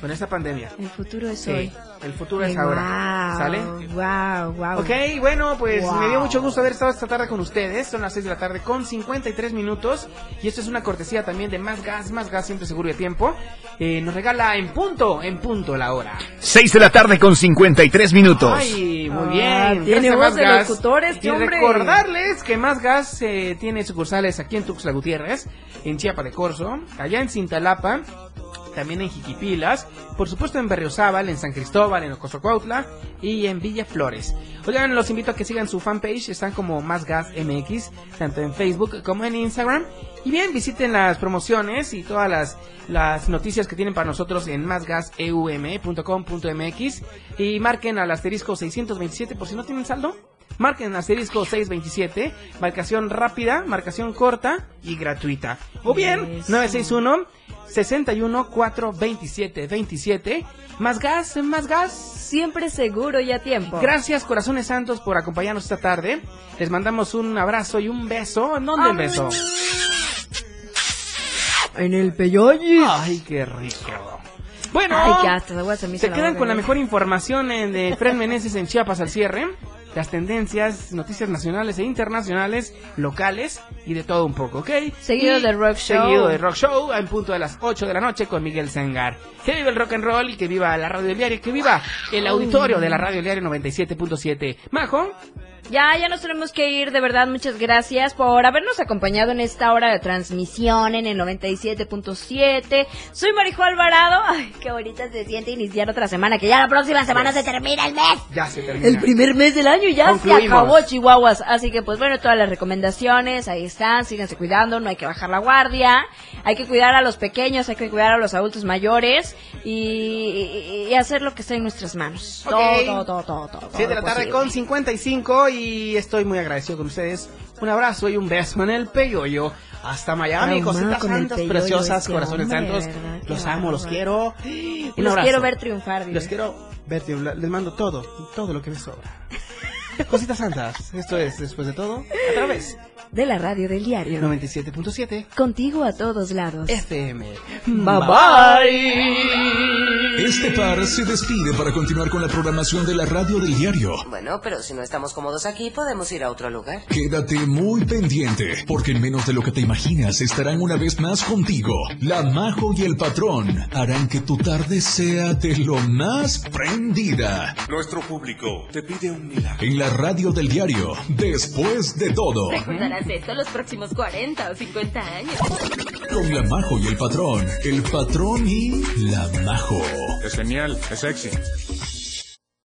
Speaker 8: con esta pandemia.
Speaker 6: El futuro es
Speaker 8: Sí,
Speaker 6: hoy.
Speaker 8: el futuro es ahora. ¿Sale?
Speaker 6: Wow, wow.
Speaker 8: Ok, bueno, pues
Speaker 6: Wow.
Speaker 8: me dio mucho gusto haber estado esta tarde con ustedes. Son las 6 de la tarde con 53 minutos. Y esto es una cortesía también de Más Gas, Más Gas siempre seguro y a tiempo. Eh, nos regala en punto, en punto la hora.
Speaker 5: 6 de la tarde con 53 minutos.
Speaker 8: Ay, muy
Speaker 6: Ah,
Speaker 8: bien.
Speaker 6: tiene
Speaker 8: Gracias a
Speaker 6: voz
Speaker 8: Más
Speaker 6: de
Speaker 8: Gas.
Speaker 6: locutor este
Speaker 8: y
Speaker 6: hombre.
Speaker 8: recordarles que Más Gas eh, tiene sucursales aquí en Tuxtla Gutiérrez, en Chiapa de Corzo, allá en Cintalapa, también en Jiquipilas, por supuesto en Berriozábal, en San Cristóbal, en Ocosocuautla y en Villa Flores. Oigan, los invito a que sigan su fanpage, están como Más Gas MX, tanto en Facebook como en Instagram. Y bien, visiten las promociones y todas las, las noticias que tienen para nosotros en másgaseum.com.mx y marquen al asterisco 627 por si no tienen saldo. Marquen asterisco 627, marcación rápida, marcación corta y gratuita. O bien,
Speaker 6: Eso.
Speaker 8: 961 61 427 27. Más gas, más gas.
Speaker 6: Siempre seguro y a tiempo.
Speaker 8: Gracias, corazones santos, por acompañarnos esta tarde. Les mandamos un abrazo y un beso. ¿En dónde un beso?
Speaker 6: En el peyoyi.
Speaker 8: Ay, qué rico. Bueno,
Speaker 6: Ay, ya, hasta la se me hizo
Speaker 8: se quedan
Speaker 6: boca,
Speaker 8: con la
Speaker 6: ¿no?
Speaker 8: mejor información eh, de Fred Meneses en Chiapas al cierre. Las tendencias, noticias nacionales e internacionales, locales y de todo un poco, ¿ok?
Speaker 6: Seguido
Speaker 8: Y
Speaker 6: del rock show.
Speaker 8: Seguido del rock show en punto de las 8 de la noche con Miguel Zengar. Que viva el rock and roll y que viva la radio del diario y que viva el auditorio de la radio del diario 97.7. Majo,
Speaker 6: Ya, ya nos tenemos que ir, de verdad, muchas gracias por habernos acompañado en esta hora de transmisión en el 97.7. Soy Marijo Alvarado. Ay, qué bonita se siente iniciar otra semana, que ya la próxima semana se termina el mes.
Speaker 8: ya se termina.
Speaker 6: El primer mes del año ya se
Speaker 8: Concluimos.
Speaker 6: acabó, Chihuahuas. Así que, pues bueno, todas las recomendaciones ahí están. Síganse cuidando, no hay que bajar la guardia. Hay que cuidar a los pequeños, hay que cuidar a los adultos mayores y, y- y hacer lo que está en nuestras manos.
Speaker 8: Ok.
Speaker 6: Todo, todo, todo, todo. todo
Speaker 8: 7 de la tarde
Speaker 6: posible.
Speaker 8: con 55 y estoy muy agradecido con ustedes. Un abrazo y un beso en el peyoyo. Hasta Miami,
Speaker 6: Traumado
Speaker 8: cositas
Speaker 6: con el
Speaker 8: santas,
Speaker 6: peyoyo
Speaker 8: preciosas,
Speaker 6: ese
Speaker 8: corazones
Speaker 6: hombre,
Speaker 8: santos.
Speaker 6: ¿verdad? Qué
Speaker 8: Los amo, los
Speaker 6: bárbaro.
Speaker 8: quiero.
Speaker 6: Y Los quiero ver triunfar.
Speaker 8: Los
Speaker 6: Los
Speaker 8: quiero ver triunfar. Les mando todo, todo lo que me sobra. Cositas santas. Esto es, después de todo, a través
Speaker 6: De la radio del
Speaker 8: del
Speaker 6: diario.
Speaker 8: 97.7
Speaker 6: Contigo a todos lados.
Speaker 8: FM.
Speaker 1: Este par se despide para continuar con la programación de la radio del diario.
Speaker 3: Bueno, pero si no estamos cómodos aquí, podemos ir a otro lugar.
Speaker 1: Quédate muy pendiente, porque en menos de lo que te imaginas estarán una vez más contigo. La Majo y el Patrón harán que tu tarde sea de lo más prendida.
Speaker 9: Nuestro público te pide un milagro.
Speaker 1: En la radio del diario, después de todo,
Speaker 10: Recordarás esto los próximos 40 o 50 años.
Speaker 1: con la Majo y el Patrón, el Patrón y la Majo.
Speaker 9: Es genial, es sexy.